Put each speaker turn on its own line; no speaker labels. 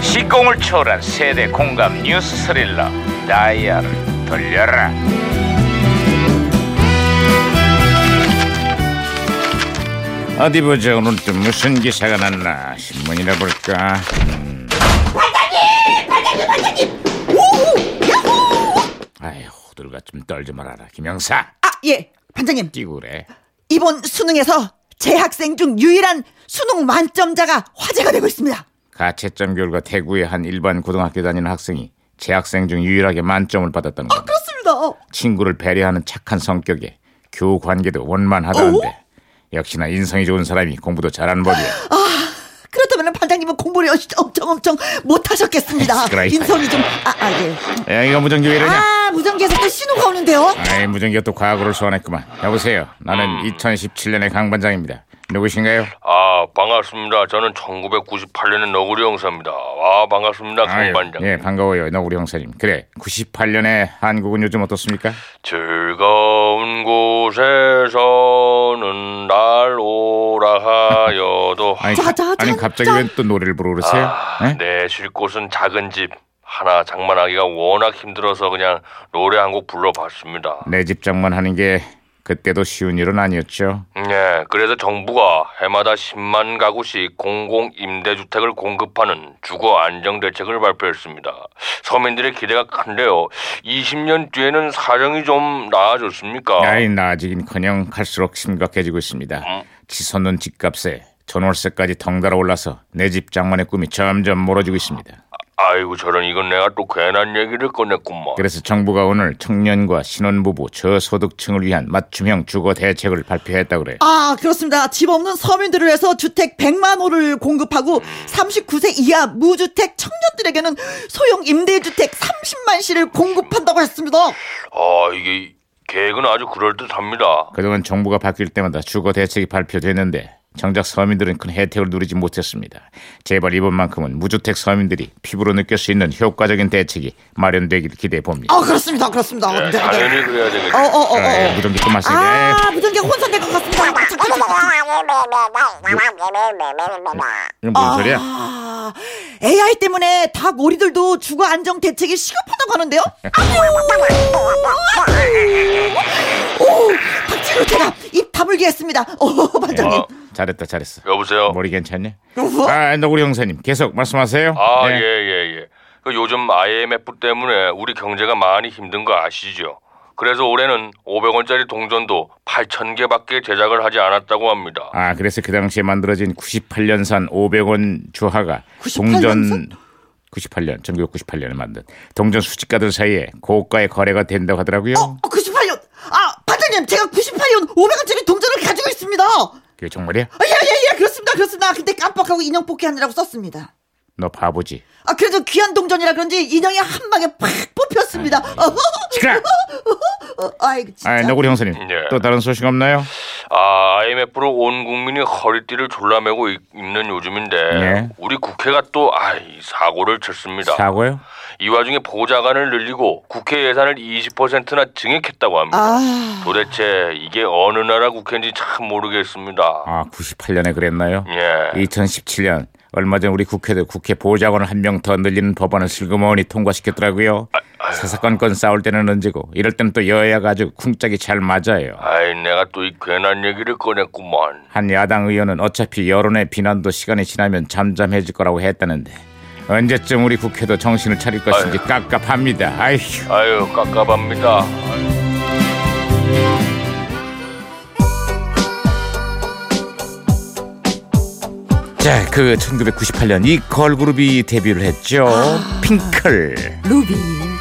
시공을 초월한 세대 공감 뉴스 스릴러 다이아를 돌려라 어디 보자 오늘 또 무슨 기사가 났나 신문이나 볼까 아휴 호들갑 좀떨 좀 말아라 김영사
아, 예. 반장님,
뛰고 그래
이번 수능에서 재학생 중 유일한 수능 만점자가 화제가 되고 있습니다.
가채점 결과 대구의 한 일반 고등학교 다니는 학생이 재학생 중 유일하게 만점을 받았다는 겁니다
그렇습니다.
친구를 배려하는 착한 성격에 교우 관계도 원만하다는데 역시나 인성이 좋은 사람이 공부도 잘하는 법이야.
그렇다면 반장님은 공부를 역시 엄청 엄청 못하셨겠습니다.
시끄러워, 이
인성이 좀, 아, 아, 예.
야 이거 무전기 왜 이러냐?
아, 무전기에서 또 신호가 오는데요?
아이 무전기가 또 과거를 소환했구만. 여보세요. 나는 2017년의 강 반장입니다. 누구신가요?
아 반갑습니다. 저는 1998년의 너구리 형사입니다. 아 반갑습니다,
아유,
강반장.
예 반가워요. 너 우리 형사님. 그래 98년에 한국은 요즘 어떻습니까?
즐거운 곳에서는 날 오라하여도
아니,
자, 자,
아니
자,
갑자기
자.
왜 또 노래를 부르고 그러세요? 예?
내 쉴 곳은 작은 집 하나 장만하기가 워낙 힘들어서 그냥 노래 한 곡 불러봤습니다.
내집 장만하는 게 그때도 쉬운 일은 아니었죠.
네, 그래서 정부가 해마다 10만 가구씩 공공 임대주택을 공급하는 주거 안정 대책을 발표했습니다. 서민들의 기대가 큰데요. 20년 뒤에는 사정이 좀 나아졌습니까?
아이 나아지긴커녕 갈수록 심각해지고 있습니다. 치솟는 집값에 전월세까지 덩달아 올라서 내 집 장만의 꿈이 점점 멀어지고 있습니다.
아이고 저런 이건 내가 또 괜한 얘기를 꺼냈구만.
그래서 정부가 오늘 청년과 신혼부부 저소득층을 위한 맞춤형 주거 대책을 발표했다 그래요.
아, 그렇습니다. 집 없는 서민들을 위해서 주택 100만 호를 공급하고 39세 이하 무주택 청년들에게는 소형 임대주택 30만 시를 공급한다고 했습니다.
아 이게 계획은 아주 그럴듯합니다.
그동안 정부가 바뀔 때마다 주거 대책이 발표됐는데 정작 서민들은 큰 혜택을 누리지 못했습니다. 제발 이번만큼은 무주택 서민들이 피부로 느낄 수 있는 효과적인 대책이 마련되길 기대해 봅니다.
아, 그렇습니다. 그렇습니다.
네,
네, 네.
당연히 그래야 되겠죠.
어, 어, 어, 어.
아, 무전기 또 마시게.
아, 무전기가 혼선될 것 같습니다.
이건 무슨 소리야?
아, AI 때문에 닭 오리들도 주거 안정 대책이 시급하다고 하는데요? 아이고! 오, 닭지로 제가 입 다물게 했습니다. 오, 반장님. 어, 뭐?
어,
잘했다 잘했어.
여보세요.
머리 괜찮냐?
여보?
아, 너구리 형사님 계속 말씀하세요.
아,
네.
예, 예, 예. 그 요즘 IMF 때문에 우리 경제가 많이 힘든 거 아시죠? 그래서 올해는 500원짜리 동전도 8,000개밖에 제작을 하지 않았다고 합니다.
아, 그래서 그 당시에 만들어진 98년산 500원 주화가
98
동전
년산?
98년 1998년에 만든 동전 수집가들 사이에 고가의 거래가 된다고 하더라고요.
어, 98년. 아, 반장님, 제가 98년 500원짜리 동전을 가지고 있습니다. 아,
그게 정말이야?
예, 예, 예, 그렇습니다. 그렇습니다. 근데 깜빡하고 인형 뽑기하느라고 썼습니다.
너 바보지.
아, 그래도 귀한 동전이라 그런지 인형이 한 방에 팍 뽑혔습니다.
시끄러.
어, 아이, 진짜.
아, 너구리 형사님.
예.
또 다른 소식 없나요?
아, IMF로 온 국민이 허리띠를 졸라매고 있- 있는 요즘인데
네.
우리 국회가 또 아이 사고를 쳤습니다.
사고요?
이 와중에 보좌관을 늘리고 국회 예산을 20%나 증액했다고 합니다.
아.
도대체 이게 어느 나라 국회인지 참 모르겠습니다.
아, 98년에 그랬나요?
예.
2017년 얼마 전 우리 국회도 국회 보좌관을 한 명 더 늘리는 법안을 슬그머니 통과시켰더라고요. 사사건건 싸울 때는 언제고 이럴 때는 또 여야가 아주 쿵짝이 잘 맞아요.
아이 내가 또 이 괜한 얘기를 꺼냈구만.
한 야당 의원은 어차피 여론의 비난도 시간이 지나면 잠잠해질 거라고 했다는데 언제쯤 우리 국회도 정신을 차릴 것인지 깝깝합니다. 아휴.
아유 깝깝합니다.
자, 아. 그 1998년 이 걸그룹이 데뷔를 했죠. 핑클.
루비.